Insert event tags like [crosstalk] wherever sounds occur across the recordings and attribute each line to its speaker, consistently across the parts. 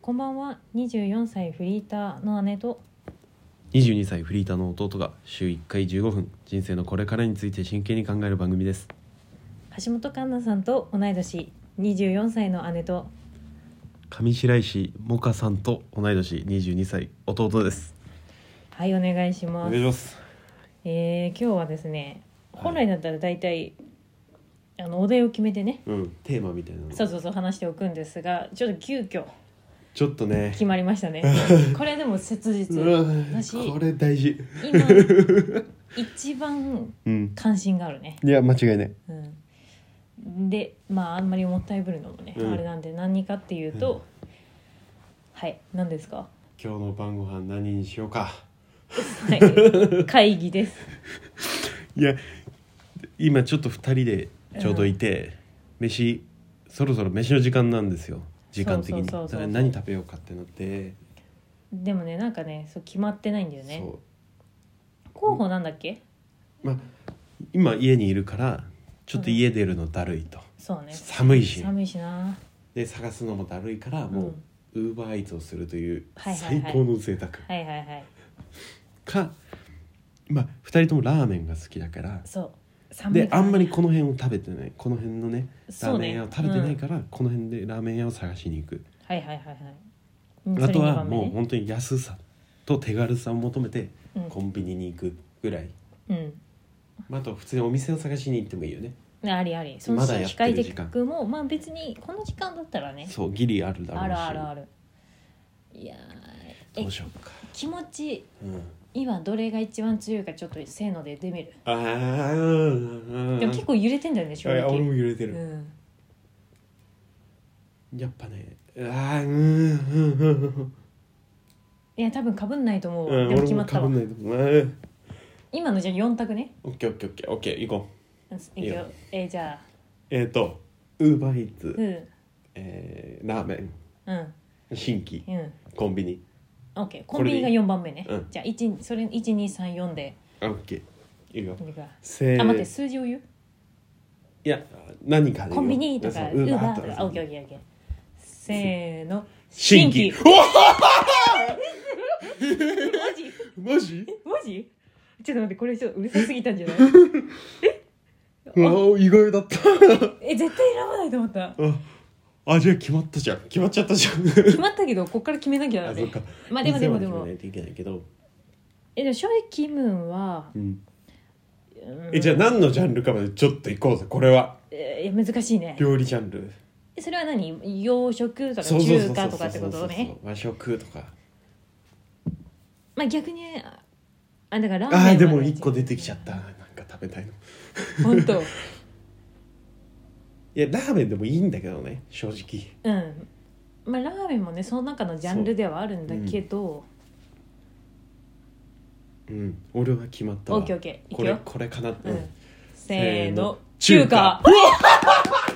Speaker 1: こんばんは24歳フリーターの姉と
Speaker 2: 22歳フリーターの弟が週1回15分人生のこれからについて真剣に考える番組です
Speaker 1: 橋本環奈さんと同い年24歳の姉と
Speaker 2: 上白石萌歌さんと同い年22歳弟です
Speaker 1: はいお願いします
Speaker 2: ます
Speaker 1: えー今日はですね
Speaker 2: はい
Speaker 1: 本来だったら大体、あのお題を決めてね
Speaker 2: うんテーマみたいなの
Speaker 1: そうそうそう話しておくんですがちょっと急遽
Speaker 2: ちょっとね
Speaker 1: 決まりました
Speaker 2: [laughs]
Speaker 1: ねこれでも切実
Speaker 2: うわ
Speaker 1: 私
Speaker 2: これ大事
Speaker 1: 今一番
Speaker 2: うん
Speaker 1: 関心があるね
Speaker 2: いや間違いない
Speaker 1: うん、でまああんまりもったいぶるのもね、
Speaker 2: うん
Speaker 1: あれなんで何かっていうと、
Speaker 2: うん
Speaker 1: はい何ですか、
Speaker 2: 今日の晩ご飯何にしようか
Speaker 1: はい、会議です
Speaker 2: いや今ちょっと2人でちょうどいて、飯そろそろ飯の時間なんですよ時間的
Speaker 1: そうそ
Speaker 2: に
Speaker 1: うそうそう
Speaker 2: だから何食べようかってなって、
Speaker 1: でもねなんかねそう決まってないんだよね
Speaker 2: そう
Speaker 1: 候補なんだっけ
Speaker 2: まあ今家にいるからちょっと家出るのだるいと、
Speaker 1: そうね
Speaker 2: 寒いし
Speaker 1: 寒いしな
Speaker 2: で探すのもだるいからもうウーバーイーツをするという
Speaker 1: はいはいはい
Speaker 2: 最高の贅沢、
Speaker 1: はいはいはい
Speaker 2: かまあ2人ともラーメンが好きだから
Speaker 1: そう寒い
Speaker 2: で
Speaker 1: から
Speaker 2: あんまりこの辺を食べてないこの辺のねラ
Speaker 1: そ
Speaker 2: ー
Speaker 1: う
Speaker 2: メン
Speaker 1: ね
Speaker 2: 屋を食べてないから、この辺でラーメン屋を探しに行く、
Speaker 1: はいはいはいはいうん
Speaker 2: あ
Speaker 1: それ
Speaker 2: と
Speaker 1: 二
Speaker 2: は
Speaker 1: 番目
Speaker 2: もう
Speaker 1: ね
Speaker 2: 本当に安さと手軽さを求めて
Speaker 1: うん
Speaker 2: コンビニに行くぐらい、
Speaker 1: うん
Speaker 2: まあ、あと普通にお店を探しに行ってもいいよね
Speaker 1: ねありありその
Speaker 2: ま
Speaker 1: し
Speaker 2: だや
Speaker 1: 機
Speaker 2: って
Speaker 1: 械
Speaker 2: る
Speaker 1: 的
Speaker 2: 時間
Speaker 1: もまあ別にこの時間だったらね
Speaker 2: そうギリあるだろうし
Speaker 1: あるあるあるいやー
Speaker 2: ど
Speaker 1: え
Speaker 2: うしようか、
Speaker 1: 気持ち
Speaker 2: うん
Speaker 1: 今どれが一番強いかちょっとせーので出てみる
Speaker 2: あー
Speaker 1: でも結構揺れてんだよね
Speaker 2: い
Speaker 1: 正
Speaker 2: や
Speaker 1: 直
Speaker 2: 俺も揺れて
Speaker 1: う
Speaker 2: る、
Speaker 1: ん
Speaker 2: やっぱねあーうんうんうんうん
Speaker 1: いや多分かぶんないと思うわ
Speaker 2: うん
Speaker 1: でも
Speaker 2: 俺
Speaker 1: 決ま
Speaker 2: も
Speaker 1: った
Speaker 2: か
Speaker 1: わ
Speaker 2: ぶんないと思ううん
Speaker 1: 今のじゃあ4択ね
Speaker 2: オッケーオッケーオッケーオッケー行こう
Speaker 1: い
Speaker 2: い
Speaker 1: く
Speaker 2: い
Speaker 1: よ
Speaker 2: よ
Speaker 1: えーじゃあ
Speaker 2: えっ、ー、とウーバーイー
Speaker 1: う
Speaker 2: ツ、
Speaker 1: ん
Speaker 2: えーラーメン
Speaker 1: うん
Speaker 2: 新規
Speaker 1: うん
Speaker 2: コンビニ
Speaker 1: OK コ
Speaker 2: こ
Speaker 1: ン
Speaker 2: れ
Speaker 1: ビ
Speaker 2: でいい
Speaker 1: ニが4番目ね
Speaker 2: うん
Speaker 1: じゃあ1それ1234で
Speaker 2: あオッケーいいよ
Speaker 1: いくわ
Speaker 2: せー
Speaker 1: あ待って数字を言う
Speaker 2: いや何かでいいよ
Speaker 1: コンビニと
Speaker 2: そ
Speaker 1: か
Speaker 2: う
Speaker 1: ウーバ
Speaker 2: と
Speaker 1: ー
Speaker 2: か
Speaker 1: とか OKOKOK せーの
Speaker 2: 新規
Speaker 1: 新
Speaker 2: おわ
Speaker 1: マジ
Speaker 2: マジ
Speaker 1: マジちょっと待ってこれちょっとうるさすぎたん
Speaker 2: [laughs]
Speaker 1: じゃない
Speaker 2: うわ意外だった [laughs]
Speaker 1: え絶対選ばないと思った
Speaker 2: ああじゃあ決まったじゃん決まっちゃったじゃん
Speaker 1: 決まったけどここから決めなきゃだ
Speaker 2: [laughs] あ
Speaker 1: ね
Speaker 2: そっか
Speaker 1: まあでもでもでも
Speaker 2: いつま決めないといけないけど、
Speaker 1: えでも正直キムは、
Speaker 2: うん、
Speaker 1: うん
Speaker 2: えじゃあ何のジャンルかまでちょっと行こうぜこれは
Speaker 1: えー難しいね
Speaker 2: 料理ジャンル
Speaker 1: えそれは何洋食とか
Speaker 2: そうそうそう
Speaker 1: 中
Speaker 2: そう
Speaker 1: 華とかってことね
Speaker 2: 和食とか
Speaker 1: まあ逆にああだからラーメン
Speaker 2: あ
Speaker 1: は
Speaker 2: あ
Speaker 1: ね
Speaker 2: ーでも一個出てきちゃったなんか食べたいのい
Speaker 1: 本
Speaker 2: [laughs]
Speaker 1: 当
Speaker 2: やラーメンでもいいんだけどね正直
Speaker 1: うんまあラーメンもねその中のジャンルではあるんだけど、
Speaker 2: うん俺は決まったわ
Speaker 1: オッケーオッケーい
Speaker 2: こ
Speaker 1: く
Speaker 2: れ
Speaker 1: よ、
Speaker 2: これかな
Speaker 1: う
Speaker 2: うんん
Speaker 1: せーの中
Speaker 2: 中
Speaker 1: 華
Speaker 2: 華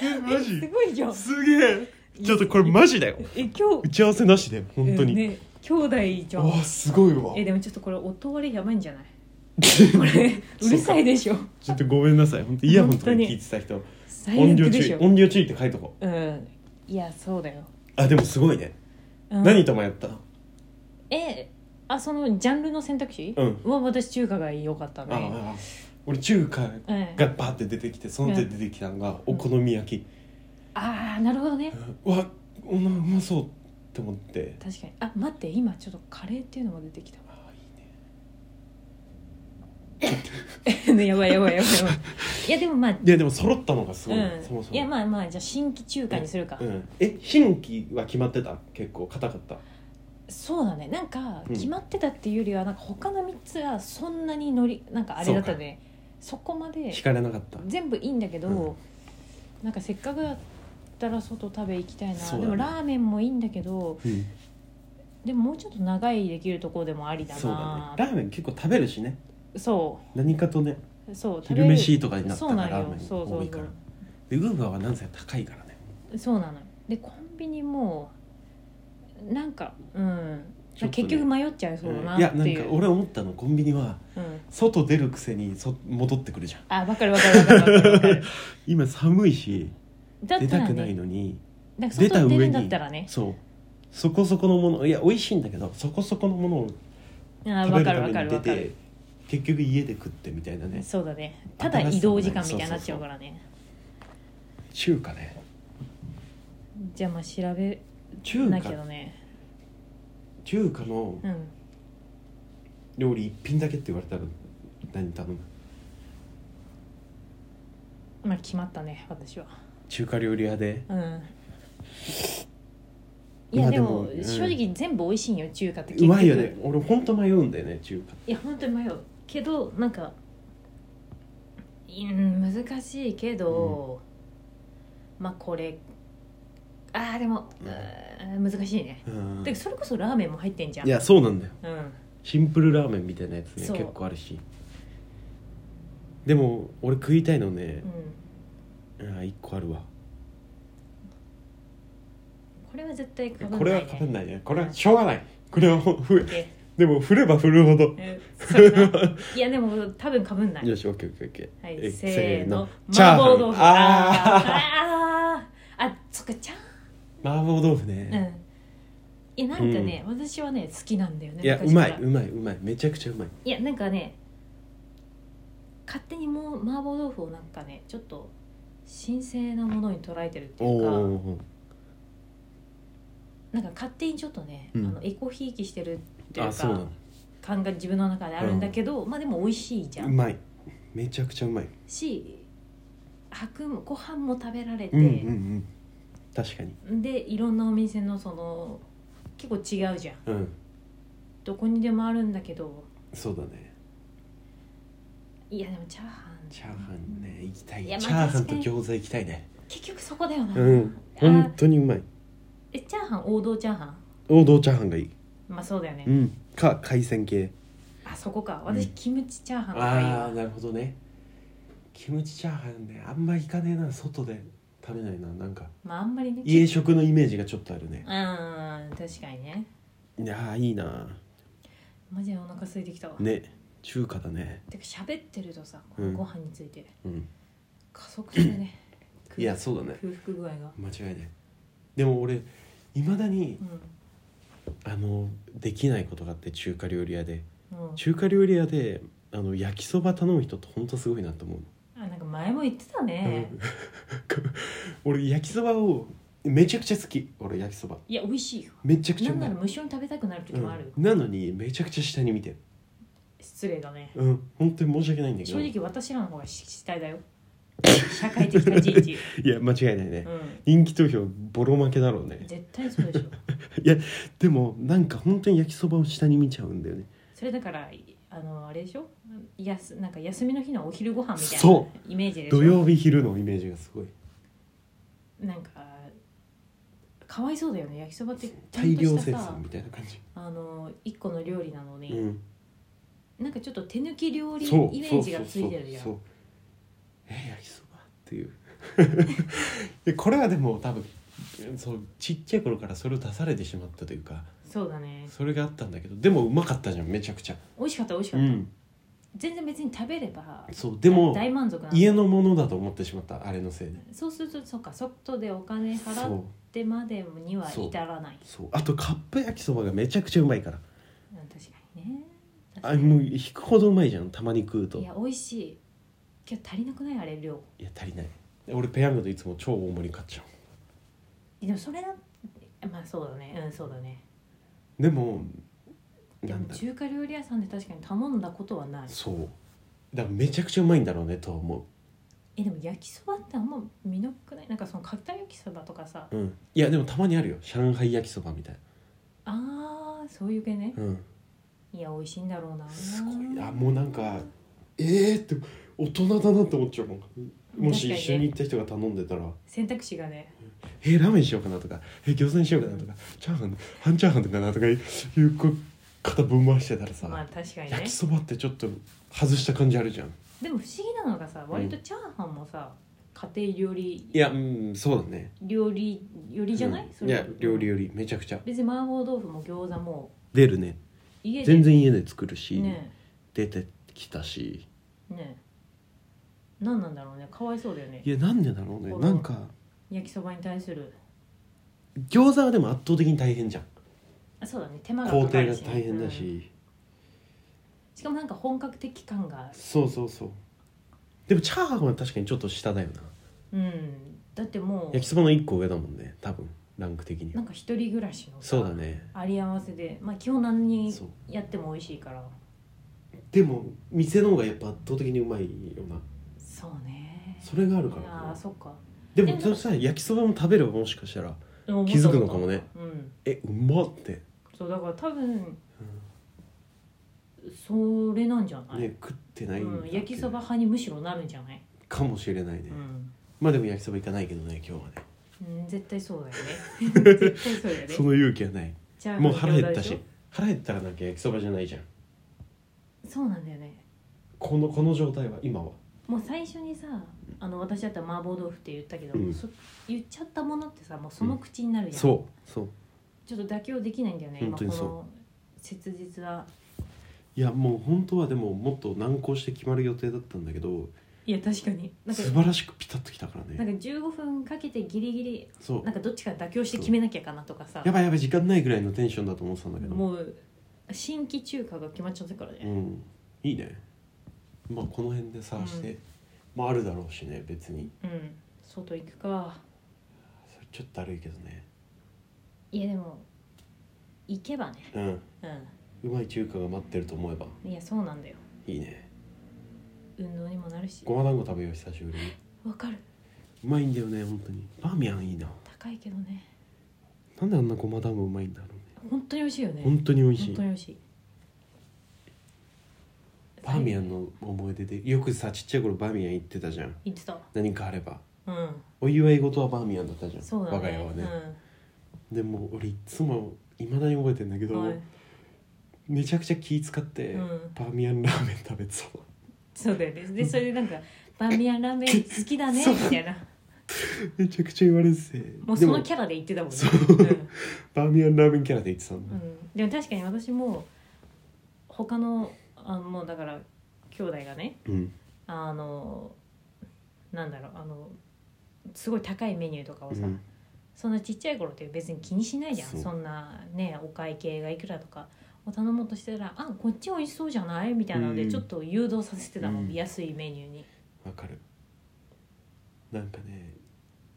Speaker 2: えマ
Speaker 1: [laughs]
Speaker 2: ジ
Speaker 1: すごいじゃん
Speaker 2: すげえちょっとこれマジだよ
Speaker 1: え今
Speaker 2: 打
Speaker 1: 日
Speaker 2: ち合わせなしで本当
Speaker 1: うん
Speaker 2: に
Speaker 1: ね兄弟じゃ
Speaker 2: わ
Speaker 1: ん
Speaker 2: あすごいわ
Speaker 1: えでもちょっとこれ音割れやばいんじゃない
Speaker 2: [laughs]
Speaker 1: これうるさいでしょ
Speaker 2: ちょっとごめんなさい本当イヤホンとか
Speaker 1: 本当
Speaker 2: に
Speaker 1: に
Speaker 2: 聞いてた人
Speaker 1: サイレ
Speaker 2: 音
Speaker 1: ント
Speaker 2: 量
Speaker 1: で
Speaker 2: 注
Speaker 1: し
Speaker 2: 意
Speaker 1: ょ
Speaker 2: 音量注意って書いとこう
Speaker 1: うんいやそうだよ、
Speaker 2: あでもすごいね
Speaker 1: うん
Speaker 2: 何と迷った
Speaker 1: えあそのジャンルの選択肢
Speaker 2: うん
Speaker 1: は私中華が良かった
Speaker 2: あ
Speaker 1: ね
Speaker 2: あ俺中華
Speaker 1: うん
Speaker 2: がバーって出てきてその手で出てきたのがお好み焼き、
Speaker 1: ああなるほどね
Speaker 2: うわうまうまそうって思って
Speaker 1: 確かにあ待って今ちょっとカレーっていうのも出てきた
Speaker 2: あいいね
Speaker 1: わ [laughs] ねやばいやばいやばいやばいいやでもまあ
Speaker 2: いやでも揃ったのがす
Speaker 1: う
Speaker 2: ごい、そも
Speaker 1: ん
Speaker 2: そも
Speaker 1: いやまあまあじゃあ新規中華にするか、
Speaker 2: うん、え新規は決まってた結構硬かった
Speaker 1: そうだねなんか
Speaker 2: うん
Speaker 1: 決まってたっていうよりはなんか他の3つがそんなにのりなんかあれだったねそこまで
Speaker 2: 引かれなかった
Speaker 1: 全部いいんだけど、
Speaker 2: うん
Speaker 1: なんかせっかくだったら外食べ行きたいな、
Speaker 2: そう
Speaker 1: で
Speaker 2: だね
Speaker 1: もラーメンもいいんだけど
Speaker 2: うん
Speaker 1: でももうちょっと長いできるところでもありだな
Speaker 2: そうだねラーメン結構食べるしね
Speaker 1: そ
Speaker 2: 何かとね
Speaker 1: うそう
Speaker 2: 昼飯とかになっ
Speaker 1: そ
Speaker 2: た
Speaker 1: う
Speaker 2: ら
Speaker 1: なんよ
Speaker 2: ラーメン
Speaker 1: そうそうそう
Speaker 2: 多いからでウーバーはなんせ高いからね
Speaker 1: そうなのよでコンビニもなんかうん
Speaker 2: ちょっとね
Speaker 1: 結局迷っちゃいそうだ
Speaker 2: うん
Speaker 1: ない
Speaker 2: や
Speaker 1: って
Speaker 2: なん
Speaker 1: い
Speaker 2: か
Speaker 1: う、うん
Speaker 2: 俺思ったのコンビニは外出るくせにそ戻ってくるじゃん
Speaker 1: [laughs] あわかるわかるわかるわかるわかる
Speaker 2: [laughs] 今寒いし
Speaker 1: だっ
Speaker 2: 出
Speaker 1: た
Speaker 2: た
Speaker 1: ら
Speaker 2: くない
Speaker 1: ね
Speaker 2: のに
Speaker 1: なんか
Speaker 2: 出た
Speaker 1: 外に出
Speaker 2: 上
Speaker 1: るん
Speaker 2: に
Speaker 1: だったらね
Speaker 2: そうそこそこのものいや美味しいんだけどそこそこのものを
Speaker 1: あ
Speaker 2: 食
Speaker 1: 分
Speaker 2: べ
Speaker 1: かる分
Speaker 2: るた
Speaker 1: かる分か
Speaker 2: めに出
Speaker 1: る
Speaker 2: て結局家で食ってみたいなね
Speaker 1: そうだねただ移動時間みたいになっちゃうからね
Speaker 2: 中華ね
Speaker 1: じゃあまあ調べ
Speaker 2: 中
Speaker 1: なき
Speaker 2: 華
Speaker 1: ゃだね
Speaker 2: 中華の
Speaker 1: うん
Speaker 2: 料理一品だけって言われたら何頼む
Speaker 1: まあ決まったね私は
Speaker 2: 中華料理屋で
Speaker 1: うんい
Speaker 2: ま
Speaker 1: や
Speaker 2: あ
Speaker 1: でも
Speaker 2: でもうん
Speaker 1: 正直全部美味しいんよ中華って
Speaker 2: うまいよね
Speaker 1: 結
Speaker 2: 俺ほんと迷うんだよね中華
Speaker 1: 局いや本当に迷うけどなんかうん難しいけど、まあこれあーでも、うん難しいね
Speaker 2: うん
Speaker 1: で
Speaker 2: い
Speaker 1: それこそラーメンも入ってんじゃん
Speaker 2: やそうなんだよ
Speaker 1: うん
Speaker 2: シンプルラーメンみたいなやつね
Speaker 1: そう
Speaker 2: 結構あるしでも俺食いたいのね
Speaker 1: う、ん
Speaker 2: あ1個あるわ
Speaker 1: これは絶対かぶんない、ね、
Speaker 2: これは食べないねこれ
Speaker 1: う
Speaker 2: は
Speaker 1: ん
Speaker 2: しょうがないこれはふえ
Speaker 1: で
Speaker 2: でも振れば振るほど
Speaker 1: えそうだないやでも多分かぶんない
Speaker 2: よしオッケーオッケーオッケー
Speaker 1: はい
Speaker 2: え
Speaker 1: せーの
Speaker 2: せーの
Speaker 1: 麻婆豆
Speaker 2: チ
Speaker 1: 腐
Speaker 2: ャーハン
Speaker 1: あーあーあそっかチャー
Speaker 2: 麻婆豆腐
Speaker 1: ハン
Speaker 2: ね、
Speaker 1: うんいやなんかね、私はね好きなんだよね
Speaker 2: いやう
Speaker 1: 昔か
Speaker 2: ま
Speaker 1: ら
Speaker 2: いうまいうまいめちゃくちゃうまい
Speaker 1: いやなんかね勝手にもう麻婆豆腐をなんかねちょっと神聖なものに捉えてるって
Speaker 2: お
Speaker 1: いうか
Speaker 2: お
Speaker 1: なんか勝手にちょっとね、
Speaker 2: うん
Speaker 1: あのエコひいきしてるってい
Speaker 2: ーあ
Speaker 1: う
Speaker 2: そうな
Speaker 1: か
Speaker 2: の
Speaker 1: 感が自分の中であるんだけど、まあでも美味しいじゃ
Speaker 2: うんまいめちゃくちゃうまい
Speaker 1: し白米ご飯も食べられて、
Speaker 2: うんうんうん確かに
Speaker 1: でいろんなお店のその結構違うじゃん
Speaker 2: うん
Speaker 1: どこにでもあるんだけど
Speaker 2: そうだね
Speaker 1: いやでもチャーハン
Speaker 2: チャーハンね行きたい
Speaker 1: いやまあ
Speaker 2: チャーハンと
Speaker 1: 確かに
Speaker 2: 餃子行きたいね
Speaker 1: 結局そこだよな、
Speaker 2: うん本当にうまい
Speaker 1: えチャーハン王道チャーハン
Speaker 2: 王道チャーハンがいい
Speaker 1: まあそうだよね、
Speaker 2: うんか海鮮系
Speaker 1: あそこか私、
Speaker 2: うん
Speaker 1: キムチチャーハンとかいい
Speaker 2: あ
Speaker 1: わ
Speaker 2: あなるほどねキムチチャーハンねあんま行かねえな外で食べないななんか
Speaker 1: まああんまりね
Speaker 2: 家食のイメージがちょっとあるね
Speaker 1: うん確かにね
Speaker 2: いやーいいな
Speaker 1: マジでお腹空いてきたわ、
Speaker 2: ね中華だね
Speaker 1: てか喋ってるとさこ
Speaker 2: う
Speaker 1: の
Speaker 2: ん
Speaker 1: ご飯について
Speaker 2: うん
Speaker 1: 加速するね
Speaker 2: [laughs] いやそうだね
Speaker 1: 空腹具合が
Speaker 2: 間違いないでも俺いまだに
Speaker 1: う
Speaker 2: あのできないことがあって中華料理屋で
Speaker 1: んうん
Speaker 2: 中華料理屋であの焼きそば頼む人ってほんとすごいなと思うの、
Speaker 1: あなんか前も言ってたね、
Speaker 2: うん俺焼きそばをめちゃくちゃ好き俺焼きそば
Speaker 1: いや美味しいよ
Speaker 2: めちゃくちゃ
Speaker 1: な
Speaker 2: うんま
Speaker 1: ないら無性に食べたくなる時もある、
Speaker 2: うんなのにめちゃくちゃ下に見てる
Speaker 1: 失礼だね
Speaker 2: うん本当に申し訳ないんだけど
Speaker 1: 正直私らの方が主体だよ社会的な人事
Speaker 2: いや間違いないね
Speaker 1: う、ん
Speaker 2: 人気投票ボロ負けだろうね
Speaker 1: 絶対そうでしょ
Speaker 2: でもなんか本当に焼きそばを下に見ちゃうんだよね
Speaker 1: それだからあのあれでしょやすなんか休みの日のお昼ご飯みたい
Speaker 2: そ
Speaker 1: なイメージでしょ
Speaker 2: 土曜日昼のイメージがすごい
Speaker 1: なんかかわいそうだよね焼きそばってちゃん
Speaker 2: 大
Speaker 1: と
Speaker 2: 量
Speaker 1: し
Speaker 2: 生
Speaker 1: たさ
Speaker 2: 産みたいな感じ
Speaker 1: あの一個の料理なのに、
Speaker 2: うん
Speaker 1: なんかちょっと手抜き料理イ
Speaker 2: そう
Speaker 1: メージがついてるじゃ
Speaker 2: そうんえー焼きそばっていう [laughs] でこれはでも多分そうちっちゃい頃からそれを出されてしまったというか
Speaker 1: そうだね
Speaker 2: それがあったんだけどでもうまかったじゃんめちゃくちゃ
Speaker 1: 美味しかった美味しか
Speaker 2: う
Speaker 1: った、
Speaker 2: ん
Speaker 1: 全然別に食べれば
Speaker 2: そうでも
Speaker 1: 大満足なんだ
Speaker 2: 家のものだと思ってしまったあれのせいで
Speaker 1: そうするとそうか外でお金
Speaker 2: そ
Speaker 1: 払っ
Speaker 2: う
Speaker 1: てまでには至らない
Speaker 2: そうあとカップ焼きそばがめちゃくちゃうまいから
Speaker 1: うん確かにね確
Speaker 2: あ
Speaker 1: かに
Speaker 2: もう引くほどうまいじゃんたまに食うとい
Speaker 1: い
Speaker 2: や
Speaker 1: や美味しい今日足りなくないあれ量
Speaker 2: 足りない俺ペヤングといつも超大盛り買っちゃ
Speaker 1: でもそれだまあそうだねうんそうだね
Speaker 2: うでも
Speaker 1: で
Speaker 2: な
Speaker 1: も
Speaker 2: んだろ
Speaker 1: 中華料理屋さんで確かに頼んだことはないう
Speaker 2: そうだからめちゃくちゃうまいんだろうねとは思
Speaker 1: えでも焼きそばってあんま見なくないなんかそのかきた焼きそばとかさ
Speaker 2: ううんいやでもたまにあるよ上海焼きそばみたい
Speaker 1: あーそういう系ね
Speaker 2: なうん
Speaker 1: いや美味しいんだろうな
Speaker 2: すごいあもうなんかえーって大人だなって思っちゃうもんもし一緒に行った人が頼んでたら
Speaker 1: 選択肢がね
Speaker 2: 「えーラーメンしようかな」とか「えー餃子にしようかな」とか「チャーハン半チャーハンとかな」とかいうこう肩ぶん回してたらさ、
Speaker 1: まあ確かに
Speaker 2: 焼
Speaker 1: ね
Speaker 2: きそばってちょっと外した感じあるじゃん
Speaker 1: でも不思議なのがさ割とチャーハンもさ家庭料理
Speaker 2: いやうんそうだね
Speaker 1: 料理よりじゃない、
Speaker 2: うん
Speaker 1: そ
Speaker 2: い
Speaker 1: れ
Speaker 2: や料理よりめちゃくちゃ
Speaker 1: 別に麻婆豆腐も餃子も
Speaker 2: 出るね
Speaker 1: 家で
Speaker 2: 全然家で作るし、
Speaker 1: ね
Speaker 2: 出てきたし
Speaker 1: ね何なんだろうねかわいそうだよね
Speaker 2: いやなんでだろうね
Speaker 1: この
Speaker 2: なんか
Speaker 1: 焼きそばに対する
Speaker 2: 餃子はでも圧倒的に大変じゃん
Speaker 1: あそうだね手間が
Speaker 2: 工
Speaker 1: かか
Speaker 2: 程が
Speaker 1: るしね
Speaker 2: 大変だ
Speaker 1: うん
Speaker 2: し、
Speaker 1: しかもなんか本格的感がある
Speaker 2: そうそうそうでもチャーハンは確かにちょっと下だよな
Speaker 1: うんだってもう
Speaker 2: 焼きそばの1個上だもんね多分ランク的に
Speaker 1: な
Speaker 2: は
Speaker 1: んか一人暮らしのさ
Speaker 2: そうだね
Speaker 1: あり合わせでまあ基本何に
Speaker 2: そう
Speaker 1: やっても美味しいから
Speaker 2: でも店の方がやっぱ圧倒的にうまいよな
Speaker 1: そうね
Speaker 2: それがあるか
Speaker 1: い
Speaker 2: ら
Speaker 1: や
Speaker 2: か
Speaker 1: ーそっか
Speaker 2: なで
Speaker 1: で
Speaker 2: も
Speaker 1: も
Speaker 2: そしたら焼きそばも食べればもしかしたら
Speaker 1: でも
Speaker 2: 気づくのかもね
Speaker 1: 思ったことあるうん
Speaker 2: えうまって、
Speaker 1: そうだから多分それなんじゃない、
Speaker 2: ね食ってないんだ
Speaker 1: う
Speaker 2: っ
Speaker 1: ん、
Speaker 2: て
Speaker 1: 焼きそば派にむしろなるんじゃない、
Speaker 2: かもしれないね、
Speaker 1: うん
Speaker 2: まあでも焼きそば行かないけどね今日はね
Speaker 1: うん、絶対そうだよね
Speaker 2: [laughs]
Speaker 1: 絶対そうだよね
Speaker 2: その勇気はない
Speaker 1: じゃあ
Speaker 2: もう腹減った
Speaker 1: 餃子
Speaker 2: し
Speaker 1: で
Speaker 2: 腹減ったらなんか焼きそばじゃないじゃん
Speaker 1: ょそうなんだよね
Speaker 2: このこの状態は今は
Speaker 1: もう最初にさあの私だったら麻婆豆腐って言ったけど、
Speaker 2: うん
Speaker 1: そ言っちゃったものってさもうその口になるじゃん、
Speaker 2: そうそう
Speaker 1: ちょっと妥協できないんだよね
Speaker 2: 本当
Speaker 1: 今
Speaker 2: に
Speaker 1: こ
Speaker 2: そう
Speaker 1: の切実はい
Speaker 2: やもう本当はでももっと難航して決まる予定だったんだけど
Speaker 1: いや確かになんか
Speaker 2: 素晴らしくピタッときたから
Speaker 1: なん
Speaker 2: ね
Speaker 1: か15分かけてギリギリ
Speaker 2: そう
Speaker 1: なんかどっちか妥協して決めなきゃかなとかさ
Speaker 2: やばいやばい時間ないぐらいのテンションだと思ってたんだけど
Speaker 1: もう新規中華が決まっちゃったから
Speaker 2: う
Speaker 1: ね、
Speaker 2: んいいねまあこの辺で探して、
Speaker 1: う
Speaker 2: まああるだろうしね別に
Speaker 1: うん外行くか
Speaker 2: それちょっとだるいけどね
Speaker 1: いやでも行けばね
Speaker 2: うん
Speaker 1: う
Speaker 2: うまい中華が待ってると思えば
Speaker 1: んいやそうなんだよ
Speaker 2: いいね
Speaker 1: 運動にもなるし
Speaker 2: ごま団子食べよう久しぶりに
Speaker 1: わかる
Speaker 2: うまいんだよね本当にバーミヤンいいな
Speaker 1: 高いけどね
Speaker 2: なんであんなごま団子うまいんだろうね
Speaker 1: 本当に美味しいよね
Speaker 2: 本当に美味し
Speaker 1: 本
Speaker 2: い
Speaker 1: 当に美味しい
Speaker 2: バーミヤンの思い出でよくさちっちゃい頃バーミヤン行ってたじゃん
Speaker 1: 言ってた
Speaker 2: 何かあれば
Speaker 1: うん
Speaker 2: お祝い事はバーミヤンだったじゃん、
Speaker 1: そうだね
Speaker 2: 我が家はね、
Speaker 1: う
Speaker 2: でも俺いつもいまだに覚えてんだけど、
Speaker 1: んはい、
Speaker 2: めちゃくちゃ気使って、
Speaker 1: うん
Speaker 2: バーミヤンラーメン食べてた
Speaker 1: そうだよねでそれでなんか「バーミヤンラーメン好きだね」
Speaker 2: そう
Speaker 1: みたいな
Speaker 2: [laughs] めちゃくちゃ言われてて
Speaker 1: もう
Speaker 2: で
Speaker 1: そ
Speaker 2: も
Speaker 1: のキャラで言ってたもんね
Speaker 2: そうバーミヤンラーメンキャラで言ってたん
Speaker 1: う
Speaker 2: だ、
Speaker 1: んうん、でも確かに私も他のあのもうだから兄弟がね
Speaker 2: うん
Speaker 1: あのなんだろうあのすごい高いメニューとかを
Speaker 2: う
Speaker 1: さ、
Speaker 2: ん
Speaker 1: そんなちっちゃい頃って別に気にしないじゃん
Speaker 2: そ
Speaker 1: そ
Speaker 2: うん
Speaker 1: なねお会計がいくらとかを頼もうとしたら「あこっち美味しそうじゃない?」みたいなの
Speaker 2: う
Speaker 1: で
Speaker 2: ん
Speaker 1: ちょっと誘導させてたもん、
Speaker 2: うん
Speaker 1: 安いメニューに。
Speaker 2: わかるなんかね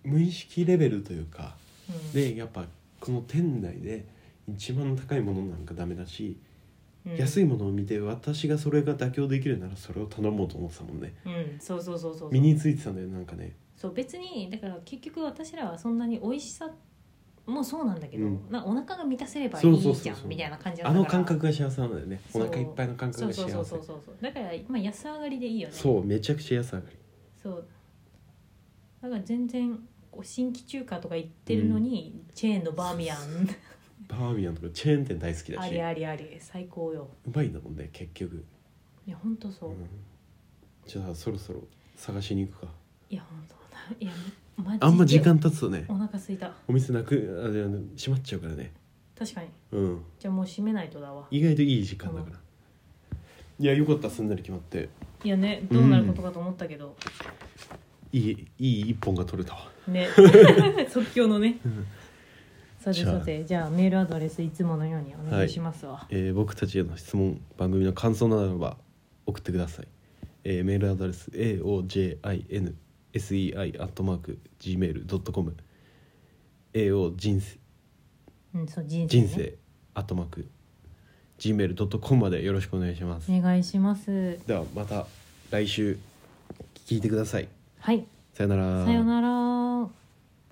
Speaker 2: 無意識レベルというか
Speaker 1: うん
Speaker 2: でやっぱこの店内で一番高いものなんかダメだし、
Speaker 1: うん、
Speaker 2: 安
Speaker 1: い、
Speaker 2: いものを見て私がそれが妥協できるならそれを頼もうと思ってたもんね
Speaker 1: うん、そうそうそうそう
Speaker 2: 身についてたんだよなんかね
Speaker 1: そう別にだから結局私らはそんなに美味しさもそうなんだけど、
Speaker 2: うん
Speaker 1: なお腹が満たせればい
Speaker 2: そう
Speaker 1: い
Speaker 2: そうそうそう
Speaker 1: じゃんみたいな感じだ
Speaker 2: あ
Speaker 1: ったから
Speaker 2: の感覚が幸せなんだよねお
Speaker 1: そう
Speaker 2: 腹いっぱいの感覚
Speaker 1: そう
Speaker 2: が
Speaker 1: そ
Speaker 2: 幸
Speaker 1: う
Speaker 2: せ
Speaker 1: そうそうそうだからまあ安上がりでいいよね
Speaker 2: そうめちゃくちゃ安上がり
Speaker 1: そうだから全然こう新規中華とか行ってるのに、チェーンのバーミヤン
Speaker 2: バーミヤンとかチェーン店大好きだ
Speaker 1: あ
Speaker 2: し
Speaker 1: り
Speaker 2: う
Speaker 1: ありあり最高よ
Speaker 2: まいんだもんね結局
Speaker 1: いや本当そう、
Speaker 2: うんじゃあそろそろ探しに行くか
Speaker 1: いや本当いやマジで
Speaker 2: あんま時間経つとね
Speaker 1: お腹空いた
Speaker 2: お店なくあで閉まっちゃうからね
Speaker 1: 確かに
Speaker 2: うん
Speaker 1: じゃあもう閉めないとだわ
Speaker 2: 意外といい時間だから、いやよかったすんなり決まって
Speaker 1: いやねどうなることかと思ったけど、
Speaker 2: いいいい一本が取れたわ [laughs]
Speaker 1: ね即興のね
Speaker 2: うん
Speaker 1: さて
Speaker 2: じゃあ
Speaker 1: さてじゃあメールアドレスいつものようにお願いしますわ、
Speaker 2: えー僕たちへの質問番組の感想などは送ってください、えーメールアドレス aojinsei.gmail.com ao 人生
Speaker 1: うんそう人生,、ね、
Speaker 2: 人生 .gmail.com までよろしくお願いします、
Speaker 1: お願いします
Speaker 2: ではまた来週聞いてください
Speaker 1: はい
Speaker 2: さよなら
Speaker 1: さよなら